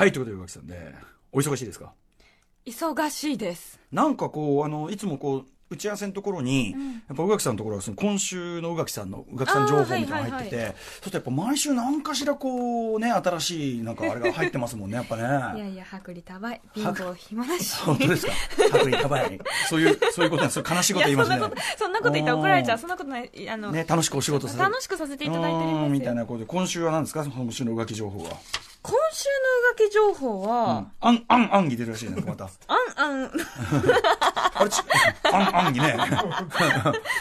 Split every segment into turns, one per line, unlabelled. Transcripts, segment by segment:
はい、ということで、岩木さんね、お忙しいですか
忙しいです。
なんかこう、あの、いつもこう、打ち合わせのところに、やっぱ宇垣さんのところはその今週の宇垣さんの宇垣さん情報みたいなのが入ってて、
あーはいはい
そしてやっぱ毎週何かしらこうね新しいなんかあれが入ってますもんねやっぱ
いや
ね
いや、薄利多売、貧乏暇なし。
本当ですか白衣かばいそういうそういうことなんです そう悲しい
い
こと言
や、
いま
そん
す
な
ね
こと、そんなこと言ったら怒られちゃ
う
う。そんなことない、あの、
ね楽しくお仕事させ
楽しくさせていただいておりま
う
す
ー
よ。
んみたいなことで今週は何ですか今週の浮気情報は、
今週の浮気情報
うん
は、、
あんあんあんぎ出るらしいねまた
あんあ ん、
あれちあんあんぎね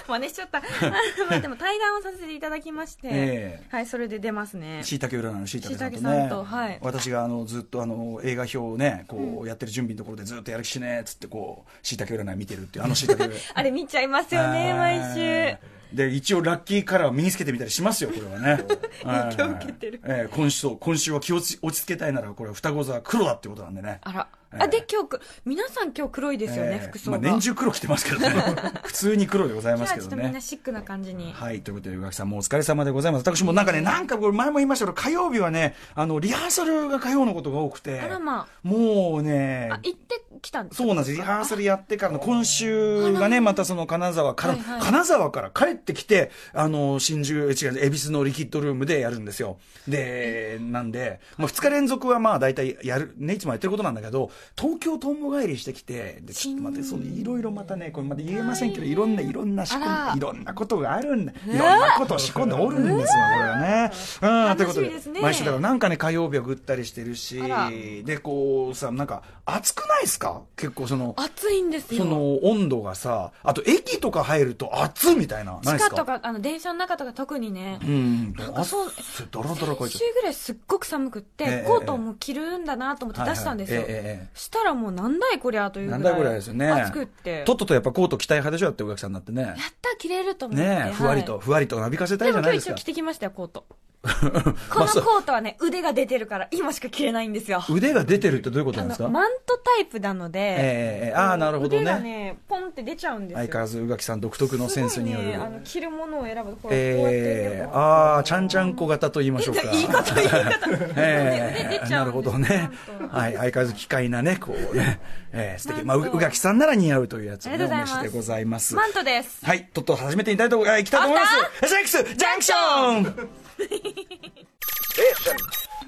真似しちゃった。 まあでも対談をさせていただきまして、
え
はい、それで出ますね。
しいたけ占いのしいたけさんとね
椎茸さんとはい
私があのずっとあの映画表をねこうやってる準備のところでずっとやる気しねえっつってこうしいたけ占い見てるっていうあのしいたけ
あれ見ちゃいますよね、毎週。
で一応ラッキーカラーを身につけてみたりしますよこれはね
影響受けてる
はいええ今週そう今週は気をつ落ち着けたいならこれは双子座は黒だってことなんでね
あら。
ええ
あ、で、今日く、皆さん今日黒いですよね、
ええ
服装
ま
が。
あ、年中黒着てますけどね 普通に黒でございま
今日
す
は
け
ちょ
ど
っとみん
ね
なシックな感じに。
はい。ということで、宇垣さんもお疲れ様でございます。私もなんかね、なんかこれ前も言いましたけど、火曜日はね、あの、リハーサルが火曜のことが多くて、
あらま
もうね
あ、、行ってきたんです
そうなんです。リハーサルやってからの、今週がね、またその金沢から、
はいはい
金沢から帰ってきて、あの、新宿、違う、恵比寿のリキッドルームでやるんですよ。で、なんで、まあ、二日連続はまあ、大体やる、ね、いつもやってることなんだけど、東京とんぼ返りしてきて、で、ちょっと待って、その、いろいろまたね、これまだ言えませんけど、いろんな、いろんな仕
あ
込
ら
み、いろんなことがあるんだ、いろんなことを仕込んでおるんですよ、これはね。うん、ということ
楽しみです
で、
ね
毎週だからなんかね、火曜日はぐったりしてるし
あら、
でこうさなんか暑くないですか結構その
暑いんですよ。
その温度がさあと駅とか入ると暑っみたいなないで
地
す
下
か
とか、あの、電車の中とか特にね、
うん
なんかそう
汗だらだらかい
先
ち
週
ゃう
ぐらいすっごく寒くっ
え
て
え、
コートも着るんだなと思って出したんですよ
はいはいええええ。
したらもうなんだいこりゃというぐら。
ないんだぐらいですよね
暑くって。
とっととやっぱコート着たい派でしょだってお客さんになってね
やった着れると思って。
ねえふわりと、
はい。
ふわりとなびかせたいじ
でも
ゃ
今
ないです
日一応
か
着てきましたよ、コート。こ
まあ
の
そう
コートはね、腕が出てるから、今しか着れないんですよ。
腕が出てるってどういうことな
あ
んで
の
すか、
マントタイプなので、
ええええああなるほど
腕が
ね
ね、ポンって出ちゃうんですよ。
相変わらず宇垣さん独特のセンスによる、
すごいね、あの着るものを選ぶところ、こうやって
え
ね
ー、ああちゃんちゃん小型と言いましょうか
言い方言い方
え
出
ー、
ちゃ
な
う
る
んです
ほどね
ちゃん。と
はい。相変わらず機械なね、こう ね。えー、素敵。まあ、
なん
う
と
うがきさんなら似合うというやつを
あ
ね、
り
お
がとうござ
召
います
しでございます。
マントです
はい。とっとと始めていただいと、えー、いきたいと思います。SX ジャンクション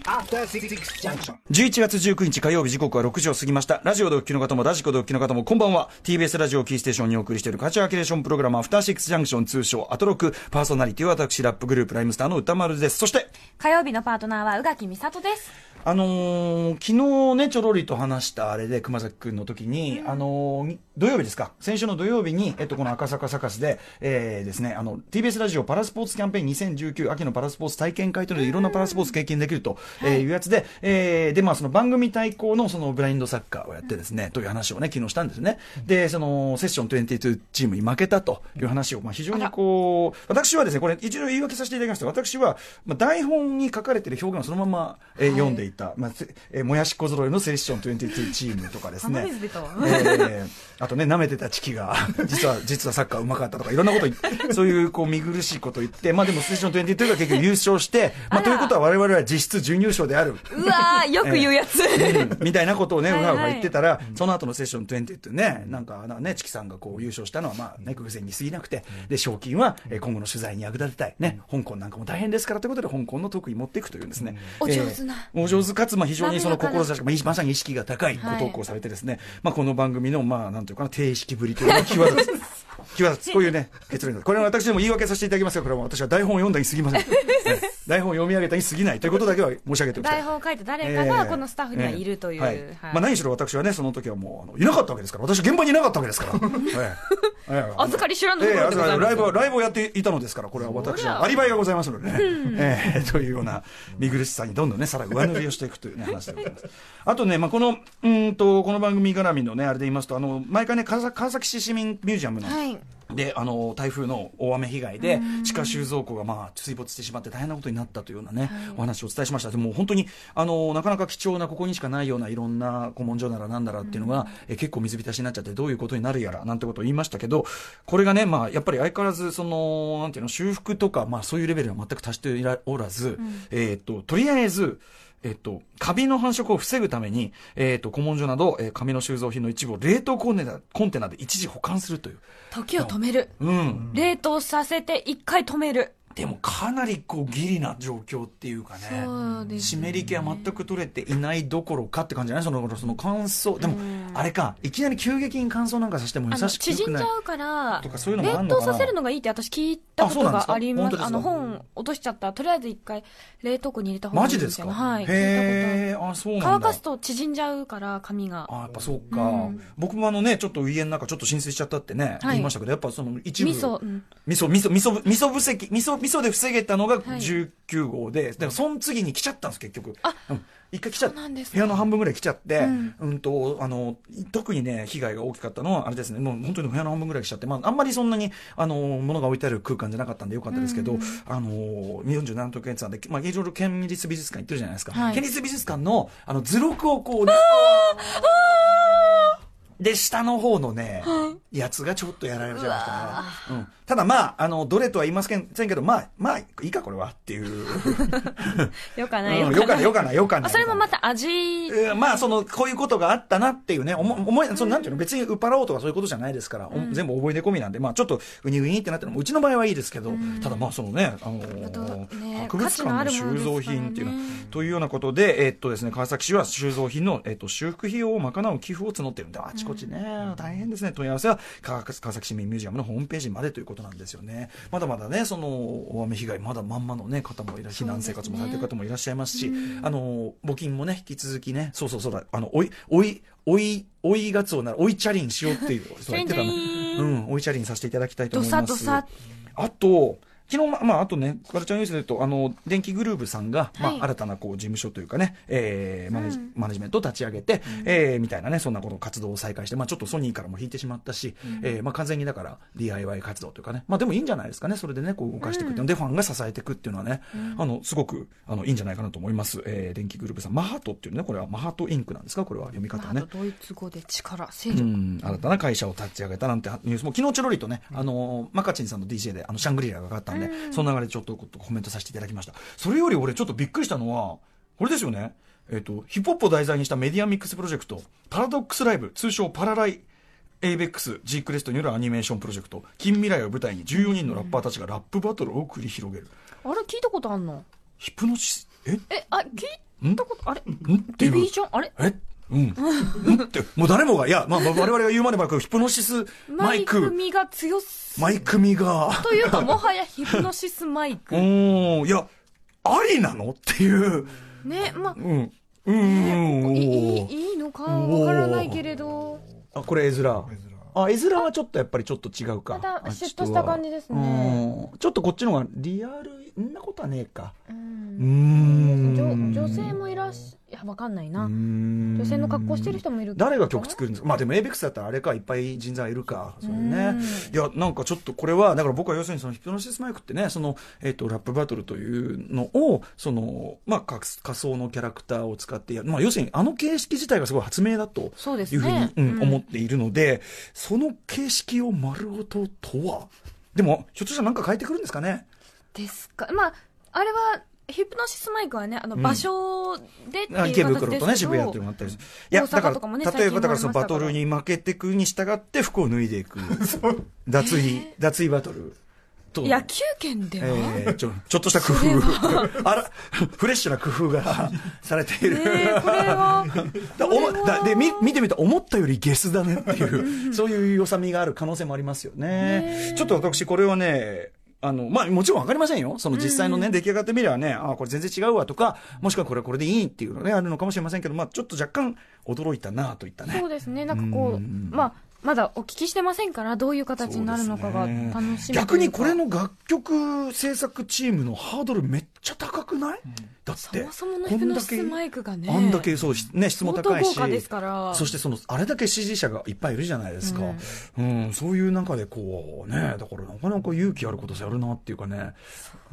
After Six Junction.
11月19日火曜日時刻は6時を過ぎました。ラジオでお聞きの方も、ラジコでお聞きの方も、こんばんは。TBS ラジオキーステーションにお送りしているカチュアキュレーションプログラム、アフターシックスジャンクション通称、アトロク、パーソナリティは私、ラップグループ、ライムスターの歌丸です。そして、
火曜日のパートナーは宇垣美里です
あのー昨日ね、ちょろりと話したあれで、熊崎くんの時に、あのーに土曜日ですか、先週の土曜日に、えっと、この赤坂サカスで、えーですね、あの、TBS ラジオパラスポーツキャンペーン2019秋のパラスポーツ体験会というので、いろんなパラスポーツ経験できると、えーいうやつで、えーで、まあ、その番組対抗のそのブラインドサッカーをやってですね、という話をね、昨日したんですね。で、その、セッション22チームに負けたという話を、まあ、非常にこう、私はですね、これ、一応言い訳させていただきました。私は、まあ、台本に書かれてる表現をそのまま、えー読んでいた、まあせえーもやし小揃いのセッション22チームとかですね
鼻。水出たわ
えーあとね、舐めてたチキが、 実は、実はサッカーうまかったとか、いろんなこと言って、そういう、こう、見苦しいこと言って、まあでも、セッション22が結局優勝して、まあ、
あら
ということは我々は実質準優勝である。
うわーよく言うやつ、
うんみたいなことをね、う
はい
が
はいう
が言ってたら、その後のセッション20ってね、なんか、あのね、チキさんがこう優勝したのは、まあね、偶然に過ぎなくて、で、賞金は、えー今後の取材に役立てたい。ね、香港なんかも大変ですからということで、香港の特技持っていくというですね。
うん
えー
お上手な
お上手かつ、まあ非常にその
滑らかな
志が、まあまさに意識が高いご
はい
投稿されてですね、まあこの番組の、まあなんていうかな、定式ぶりというの が際立つ。際立つ。こういうね、結論になるこれは私でも言い訳させていただきますが、これは私は台本を読んだに過ぎません。ね台本を読み上げたに過ぎないということだけは申し上げておきたい。
台本を書いて誰かがこのスタッフにはいるという、
ええええはいまあ、何しろ私はねその時はもうあのいなかったわけですから私は現場にいなかったわけです から、ええええ
預かり知らぬ
え
と
え
ころでございます
ライブはライブをやっていたのですからこれは私
そり
は
ゃ
アリバイがございますのでね、ええというような見苦しさにどんどんねさらに上塗りをしていくという、ね、話でございますあとね、まあ、このうーんとこの番組絡みのねあれで言いますとあの毎回ね川崎川崎市市民ミュージアムの、
はい
であの台風の大雨被害で地下収蔵庫が、まあ、水没してしまって大変なことになったというような、ねお話をお伝えしましたでも本当にあのなかなか貴重なここにしかないようないろんな古文書ならなんだらっていうのが、え結構水浸しになっちゃってどういうことになるやらなんてことを言いましたけどこれがね、まあ、やっぱり相変わらずそのなんていうの修復とか、まあ、そういうレベルは全く達していらおらず、えー、ととりあえずえっと、カビの繁殖を防ぐために、えっと、古文書など、えー紙の収蔵品の一部を冷凍コンテナコンテナで一時保管するという。
時を止める。
うん。
冷凍させて一回止める。
でもかなりこうギリな状況っていうかね。
そうです
湿
ね。
り気は全く取れていないどころかって感じじゃないそのその乾燥でもあれかいきなり急激に乾燥なんかさせても
あ
優
の、
しくな
縮
く
ん
ない
じゃうから
と、かそういうのもあん
冷
の
凍
かな
させるのがいいって私聞いたこ
あそうな
と
んですか
がありま
本当で
す。
すか
あの、本落としちゃったら、とりあえず一回冷凍庫に入れた方が
マ
いい
ジ
み
です
た
か
いな。はい。聞いたこ
へえあそう
と
なんだ
乾かすと縮んじゃうから、髪が。
あやっぱそうか、
うん
僕もあのねちょっと家の中ちょっと浸水しちゃったってね、
はい
言いましたけどやっぱその一部
味噌、うん。
味噌味噌味噌味噌不石味噌味噌で防げたのが
はい
19号で、だからその次に来ちゃったんです結局
あ
うん、一回来ちゃっ
そうなんですか
部屋の半分ぐらい来ちゃって、う
うんん、
とあの特にね被害が大きかったのはあれですねもう本当に部屋の半分ぐらい来ちゃって、まあ、あんまりそんなにあの物が置いてある空間じゃなかったんでよかったですけど、
うん
あの47都県立なんで、まあ、いろいろ県立美術館行ってるじゃないですか、
はい
県立美術館のあの図録をこうで下の方のね、やつがちょっとやられちゃいましたね、うん、ただまああのどれとは言いませんけどまあまあいいかこれはって いう、
よか
う
ない、
ん、よかないよかないよかな
あ、
い
それもまた味、
うんまあ、その、こういうことがあったなっていうね、思思い、その、なんていうの、別にうっ払おうとかそういうことじゃないですから、お全部覚え出込みなんで、まあ、ちょっと、うにうにってなってるのも、うちの場合はいいですけど、ただまあ、そのね、あのー
あとね
博物
価値のあ
館の
るもの
収蔵品っていうのは
ですか、
というようなことで、えっとですね、川崎市は収蔵品の、えっと、修復費用を賄う寄付を募ってるんで、あちこちね、大変ですね。問い合わせは、川川崎市民ミュージアムのホームページまでということなんですよね。まだまだね、その、大雨被害、まだまんまのね、方もいらっしゃ避難生活もされてる方もいらっしゃいますし、あの、募金もね、引き続きね、そうそうそうだ、あの、おい、おい、おい、おいがつおなら、おいチャリンしようって いう、そう言ってたの。
チャリン
うん、おいチャリンさせていただきたいと思います。
どさどさ
あと、昨日、ままあ、あとね、カルチャーニュースで言うと、あの、電気グルーブさんが、
はい
まあ、新たな、こう、事務所というかね、えーマネジ、
うん
マネジメントを立ち上げて、えーみたいなね、そんなこと、活動を再開して、まあ、ちょっとソニーからも引いてしまったし、えーまあ、完全にだから、DIY 活動というかね、まあ、でもいいんじゃないですかね、それでね、こう、動かしていくっていうので、ファンが支えていくっていうのはね、あの、すごく、あの、いいんじゃないかなと思います。えー電気グループさん、マハトっていうね、これは、マハトインクなんですか、これは、読み
ま
方は
あ
ね
あ。とドイツ語で力、勢
う
力。
ん、新たな会社を立ち上げたなんてニュースも昨日チョロリとね、あのマカチンさんの DJ であのシャングリラがかかったんで、その流れでちょっとコメントさせていただきましたそれより俺ちょっとびっくりしたのはこれですよねえっ、とヒップホップを題材にしたメディアミックスプロジェクトパラドックスライブ通称パラライエイベックス G クレストによるアニメーションプロジェクト近未来を舞台に14人のラッパーたちがラップバトルを繰り広げる、
あれ聞いたことあんの
ヒプノシスえ
え、あ、聞いたこと、あれ
んってい
リ
う
ビーションあれ
えうん。んって、もう誰もが、いや、まあ、まあ我々が言うまでもなく、ヒプノシスマ
マ
イ
イ
ク
ク、味が強す。
マイクミが、
というか、もはやヒプノシスマイ
う
ク。
ーん、いや、ありなのっていう、
ね、まあ、
うん、うんうん、うん
い
お
い
ー
いいのかわからないけれど、
あ、これ絵面。あ、絵面はちょっとやっぱりちょっと違うか。
また
あっち
シュッとした感じですね
うん。ちょっとこっちの方がリアル、んなことはねえか。
う
うんーん。
女女性もいらっしゃいやわかんないな、
女
女性の格好してる人もいる
誰が曲作るんですかまあでも ABEX だったらあれかいっぱい人材いるかそう
う
ね
ん
いやなんかちょっとこれはだから僕は要するにそのヒプノシスマイクってねその、えっとラップバトルというのをその、まあ、仮仮想のキャラクターを使ってやる、まあ、要するにあの形式自体がすごい発明だと
そうです
い
ね
うふうにうん
うん
思っているのでその形式を丸ごととはでもひょっとしたら何か変えてくるんですかね
ですかまああれはヒプノシスマイクはねあの
うん
場所でっていう
あ
形です
池
けど、
袋とね渋谷っていうのがあったりするいや
大阪
だから
とかもね
例えばだから
最近もありましたから
そのバトルに負けてくに従って服を脱いでいく脱衣脱衣バトルと
野球圏では、
えーちょちょっとした工夫あらフレッシュな工夫がされている、
ねえこれは
だおもだでみ見てみたら思ったよりゲスだねっていうそういう良さみがある可能性もありますよねちょっと私これはねあのまあ、もちろん分かりませんよ、その実際の、ね出来上がってみればね、ああ、これ全然違うわとか、もしくはこれはこれでいいっていうのね、あるのかもしれませんけど、まあ、ちょっと若干驚いたなといったね。
そうですねなんかこう
うん
まあまだお聞きしてませんからどういう形になるのかが楽しみというか
逆にこれの楽曲制作チームのハードルめっちゃ高くない、だって
そもそものヒプノシスマイクがね
あんだけそうしね質も高いし
相当豪華ですから
そしてそのあれだけ支持者がいっぱいいるじゃないですか、うんそういう中でこうねだからなかなか勇気あることやるなっていうかね、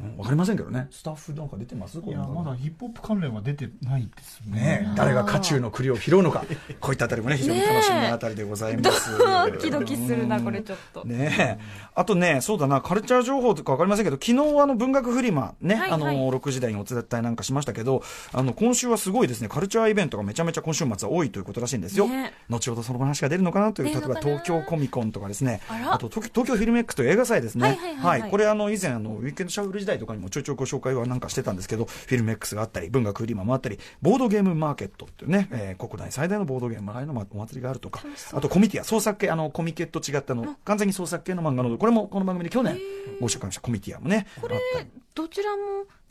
うん、わかりませんけどねスタッフなんか出てます
いやまだヒップホップ関連は出てないですね
ね、誰が渦中の栗を拾うのかこういったあたりもね非常に楽しみなあたりでございます、
ドキドキするなこれちょっと
ねえ。あとね、そうだな、カルチャー情報とかわかりませんけど、昨日あの文学フリマね、
はい
あの、
はい
6時台にお伝えなんかしましたけど、あの、今週はすごいですね、カルチャーイベントがめちゃめちゃ今週末は多いということらしいんですよ。
ね
後ほどその話が出るのかなという、
出
例え
るのか
ば
な
東京コミコンとかですね、
あら
あと東東京フィルメックという映画祭ですね。
はいはいはいはい
これあの、以前あの、ウィークエンドシャッフル時代とかにもちょいちょいご紹介はなんかしてたんですけど、フィルメックスがあったり、文学フリマもあったり、ボードゲームマーケットっていうね、えー国内最大のボードゲームのお祭りがあるとか、あとコミティア、創作系、あの、コミケと違ってあの、完全に創作系の漫画の、これもこの番組で去年ご紹介したコミティアもね、
これ
あったり
どちらも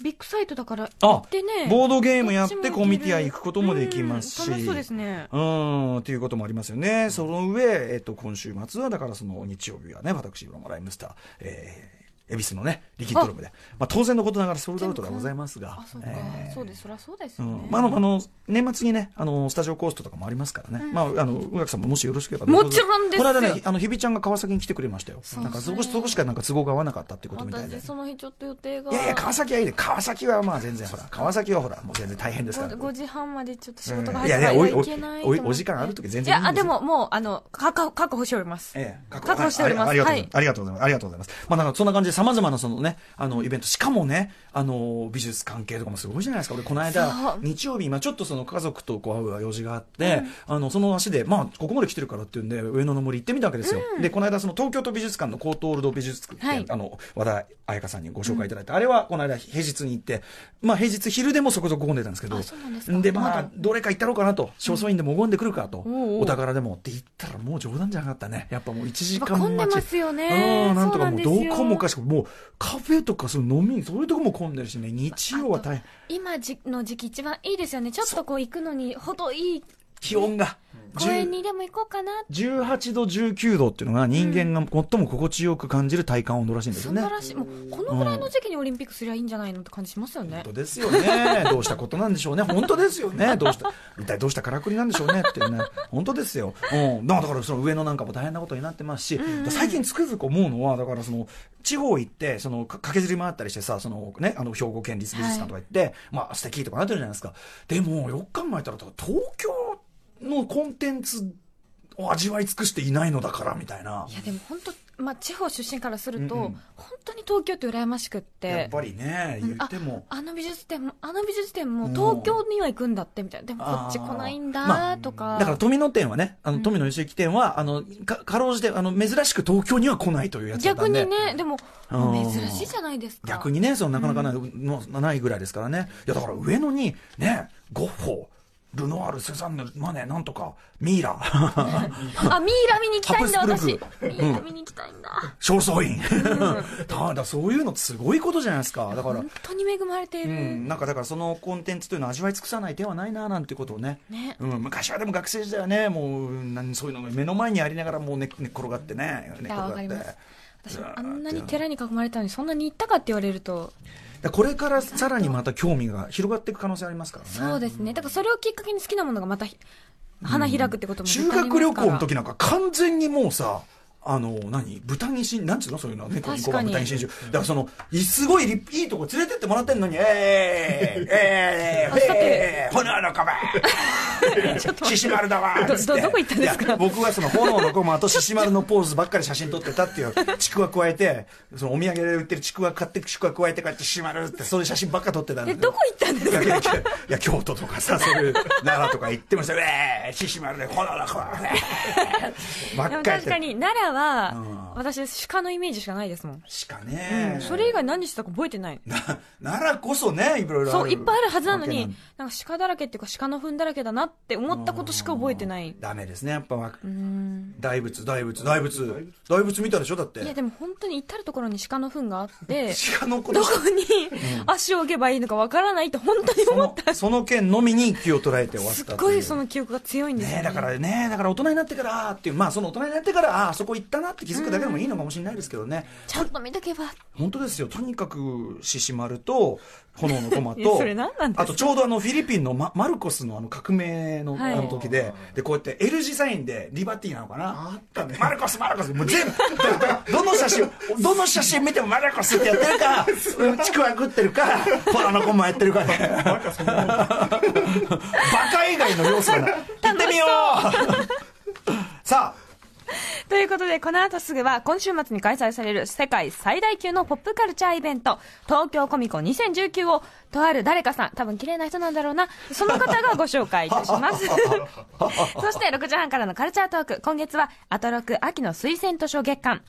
ビッグサイトだから
あ
行ってね
ボードゲームやって
どちもける
コミティア行くこともできますし
うん楽しそうですね
うーん、ということもありますよね。その上、えっと、今週末は、だからその日曜日はね、私、ブロマライムスター、えー、恵比寿のね、リキッドロームで、まあ当然のことながらソールドアウトがございますが
あ、そうか、
えー
そうですそりゃそうです
う
よね、
んまあ、あのあの年末にねあのスタジオコーストとかもありますからね、まああの宇垣さんももしよろしければ
もちろんですよ
この間ねあの日比ちゃんが川崎に来てくれましたよ
う
なんかそこそこしかなんか都合が合わなかったってことみたいで
私その日ちょっと予定が
いやいや川崎はいいで川崎はまあ全然ほら川崎はほらもう全然大変ですから
5時半までちょっと仕事が
い
入
や
っ
い
て
やおいお
い
い
けない
おいお時間ある時全然
い
いいん
やあ
です
で
よ
ももうあの確保確保しております、
ええ、
確保しております
ああありがとうございます。あ
はい
りがとうございます。ありがとうございます。まあ、なんかそんな感じで様々なそのね、あの、イベント、しかもね、あの、美術関係とかもすごいじゃないですか。俺、この
そ
間
う、
日曜日、今ちょっとその家族とこう会う用事があって、あの、その足で、まあ、ここまで来てるからっていうんで、上野の森行ってみたわけですよ。で、この間、その東京都美術館の高等ルド美術館、
はい
あの、和田彩香さんにご紹介いただいた、あれは、この間、平日に行って、まあ、平日昼でもそこそこ混んでたんですけど、
あそうなんですかま
まあ
だ、
どれか行ったろうかなと、正倉院でも拝んでくるかと、
うんおうおう
お宝でもって言ったらもう冗談じゃなかったね。やっぱもう1時間
混んで
待ち。
ますよね
うん、なんとかもう
そうなん
ど
ですよ
こもかしく、もうカフェとかその飲みに、そういうとこも混んでるしね、日曜は大変。
今じの時期一番いいですよねちょっとこう行くのにほどいい
気温が。
公園
10
にでも行こうかな
18度、19度っていうのが人間が最も心地よく感じる体感温度らしいんです
そ
よ
ん
ね。
ならしいもうこのぐらいの時期にオリンピックすりゃいいんじゃないのって感じしますよね
本当ですよね。どうしたことなんでしょうね。本当ですよね。どうした、一体どうしたからくりなんでしょうねっていうね。本当ですよ。うん。だからだからその上野なんかも大変なことになってますし、最近つくづく思うのは、だからその、地方行って、その、か駆けずり回ったりしてさ、そのね、あの、兵庫県立美術館とか行って、まあ、素敵とかなってるじゃないですか。でも、よく考えたら、だから東京のコンテンツを味わい尽くしていないのだから、みたいな。
いやでも本当、まあ、地方出身からすると、
うんうん
本当に東京って羨ましくっ
やってぱりね、言っても。
あの美術展もあの美術展も東京には行くんだってみたいなでもこっち来ないん
まあ
だとか、
だから富野店はね、あの富野義行店は、あのかかろうじてあの珍しく東京には来ないというやつだった
逆
んで
にねでも
うん
珍しいじゃないですか
逆にね、そのなかなかない,、のないぐらいですからね、いやだから上野にね、ゴッホ、ルノワール、セザンヌ、マネ、なんとか、ミイ ラ、
あミイラ見に行きたいんだ
ハプス
私
ブル
ミ
ク
イラ見に行きたいんだ、
正倉院、 ただそういうのすごいことじゃないですか、だから
本。当に恵まれている、
うん、なんかだからそのコンテンツというのを味わい尽くさない手はないななんてことをね
ね
うん、昔はでも学生時代はねもう何そういうのが目の前にありながらもう寝寝っ転がってね寝っ
いやわか
転
り
がっ
ま
て
す私もあんなに寺に囲まれたのにそんなに行ったかって言われると
だからこれからさらにまた興味が広がっていく可能性ありますからね。
そうですねだからそれをきっかけに好きなものがまたひ花開くってことも
修学旅行の時なんか完全にもうさ、あの、何豚にしん、なんつうのそういうの。猫に
確かに
豚に真珠。だからその、いすごいりいいとこ連れてってもらってんのに、えー、えー、え
あ
ー、
だっ
え
て
ー、炎の釜 獅子丸だわ
ど
つて
どこ行ったんですか
いや僕はその炎の駒と獅子丸のポーズばっかり写真撮ってたっていう、ちくわ加えて、そのお土産で売ってるちくわ買って、ちくわ加えてこうやって獅子丸って、そういう写真ばっか撮ってたんだ
え
け
どこ行ったんです
いや
か
いやいやいや京都とかさそういう奈良とか行ってましたよ「ええ獅子丸でほらほらほら」ばっかりや
でも
っ
確
て
かに奈良
うん
は私鹿のイメージしかないですもん、
鹿ね、
それ以外何してたか覚えてない
な奈良こそねいろいろ
そういっぱいあるはずなの
わけ
になんか鹿だらけっていうか鹿の糞だらけだなって思ったことしか覚えてない
ダメですねやっぱわ
うん
大仏大仏大仏大仏見たでしょだって
いやでも本当に至る所に鹿の糞があって
鹿のこ
ど
と
こに足を置けばいいのかわからないって本当に
そ
思っ
の
た
その件のみに気を捉えて終わった
す
と
っ
いう
ごいその記憶が強いんですよ、
ね
ね、
だからね、だから大人になってからあーっていう、まあその大人になってから、あーあ、そこ行ったなって気づくだけでもいいのかもしれないですけどね、
ちゃんと見とけば
本当ですよとにかく獅子丸と炎の駒
いや
と
それ何なんですか
あとちょうどあのフィリピンのママルコスのあの革命のあ
はい
の時で,、でこうやって L 字サインでリバティなのかなあったねマルコスマルコスもう全部どの写真どの写真見てもマルコスってやってる かうんちくわ食ってるか炎の駒やってるかで、バカ以外の要素がない行ってみようさあ
ということで、この後すぐは、今週末に開催される世界最大級のポップカルチャーイベント、東京コミコン2019を、とある誰かさん、多分綺麗な人なんだろうな、その方がご紹介いた します。そして6時半からのカルチャートーク、今月は、アトロク秋の推薦図書月間。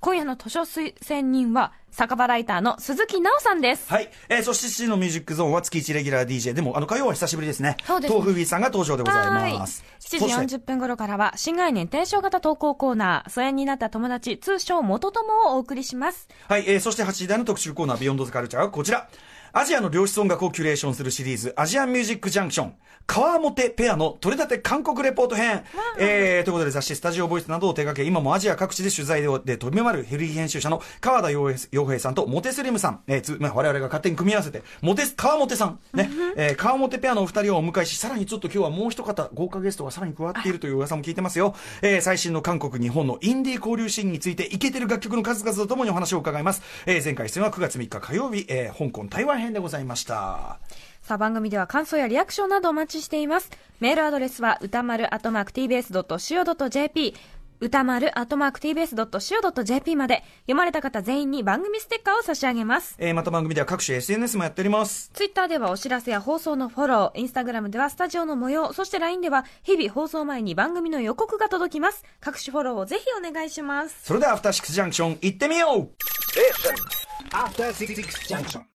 今夜の図書推薦人は、酒場ライターの鈴木奈緒さんです。
はい。えーそして7時のミュージックゾーンは月1レギュラー DJ。でも、あの、火曜は久しぶりですね。
そうですね
豆腐ビーさんが登場でございます。
7時40分頃からは、新概念提唱型投稿コーナー、疎遠になった友達、通称元友をお送りします。
はい、えーそして8時台の特集コーナー、ビヨンドザカルチャーはこちら。アジアの良質音楽をキュレーションするシリーズ、アジアンミュージックジャンクション、川本ペアの取れたて韓国レポート編。えーということで雑誌スタジオボイスなどを手掛け、今もアジア各地で取材でで飛び回るヘリー編集者の川田洋平洋平さんとモテスリムさん、えーつまあ、我々が勝手に組み合わせて、モテス、川本さん、ね、えー川本ペアのお二人をお迎えし、さらにちょっと今日はもう一方、豪華ゲストがさらに加わっているという噂も聞いてますよ。えー最新の韓国、日本のインディー交流シーンについて、イケてる楽曲の数々とともにお話を伺います。えー前回出演は9月3日火曜日、えー香港、台湾編でございました。
さあ、番組では感想やリアクションなどお待ちしています。メールアドレスは、歌丸アトマーク tbs.co.jp、歌丸アトマーク tbs.co.jp まで、読まれた方全員に番組ステッカーを差し上げます。
えーまた番組では各種 SNS もやっております。
ツイッターではお知らせや放送のフォロー、インスタグラムではスタジオの模様、そして LINE では日々放送前に番組の予告が届きます。各種フォローをぜひお願いします。
それでは、アフターシックスジャンクション、行ってみよう
After Six Junction.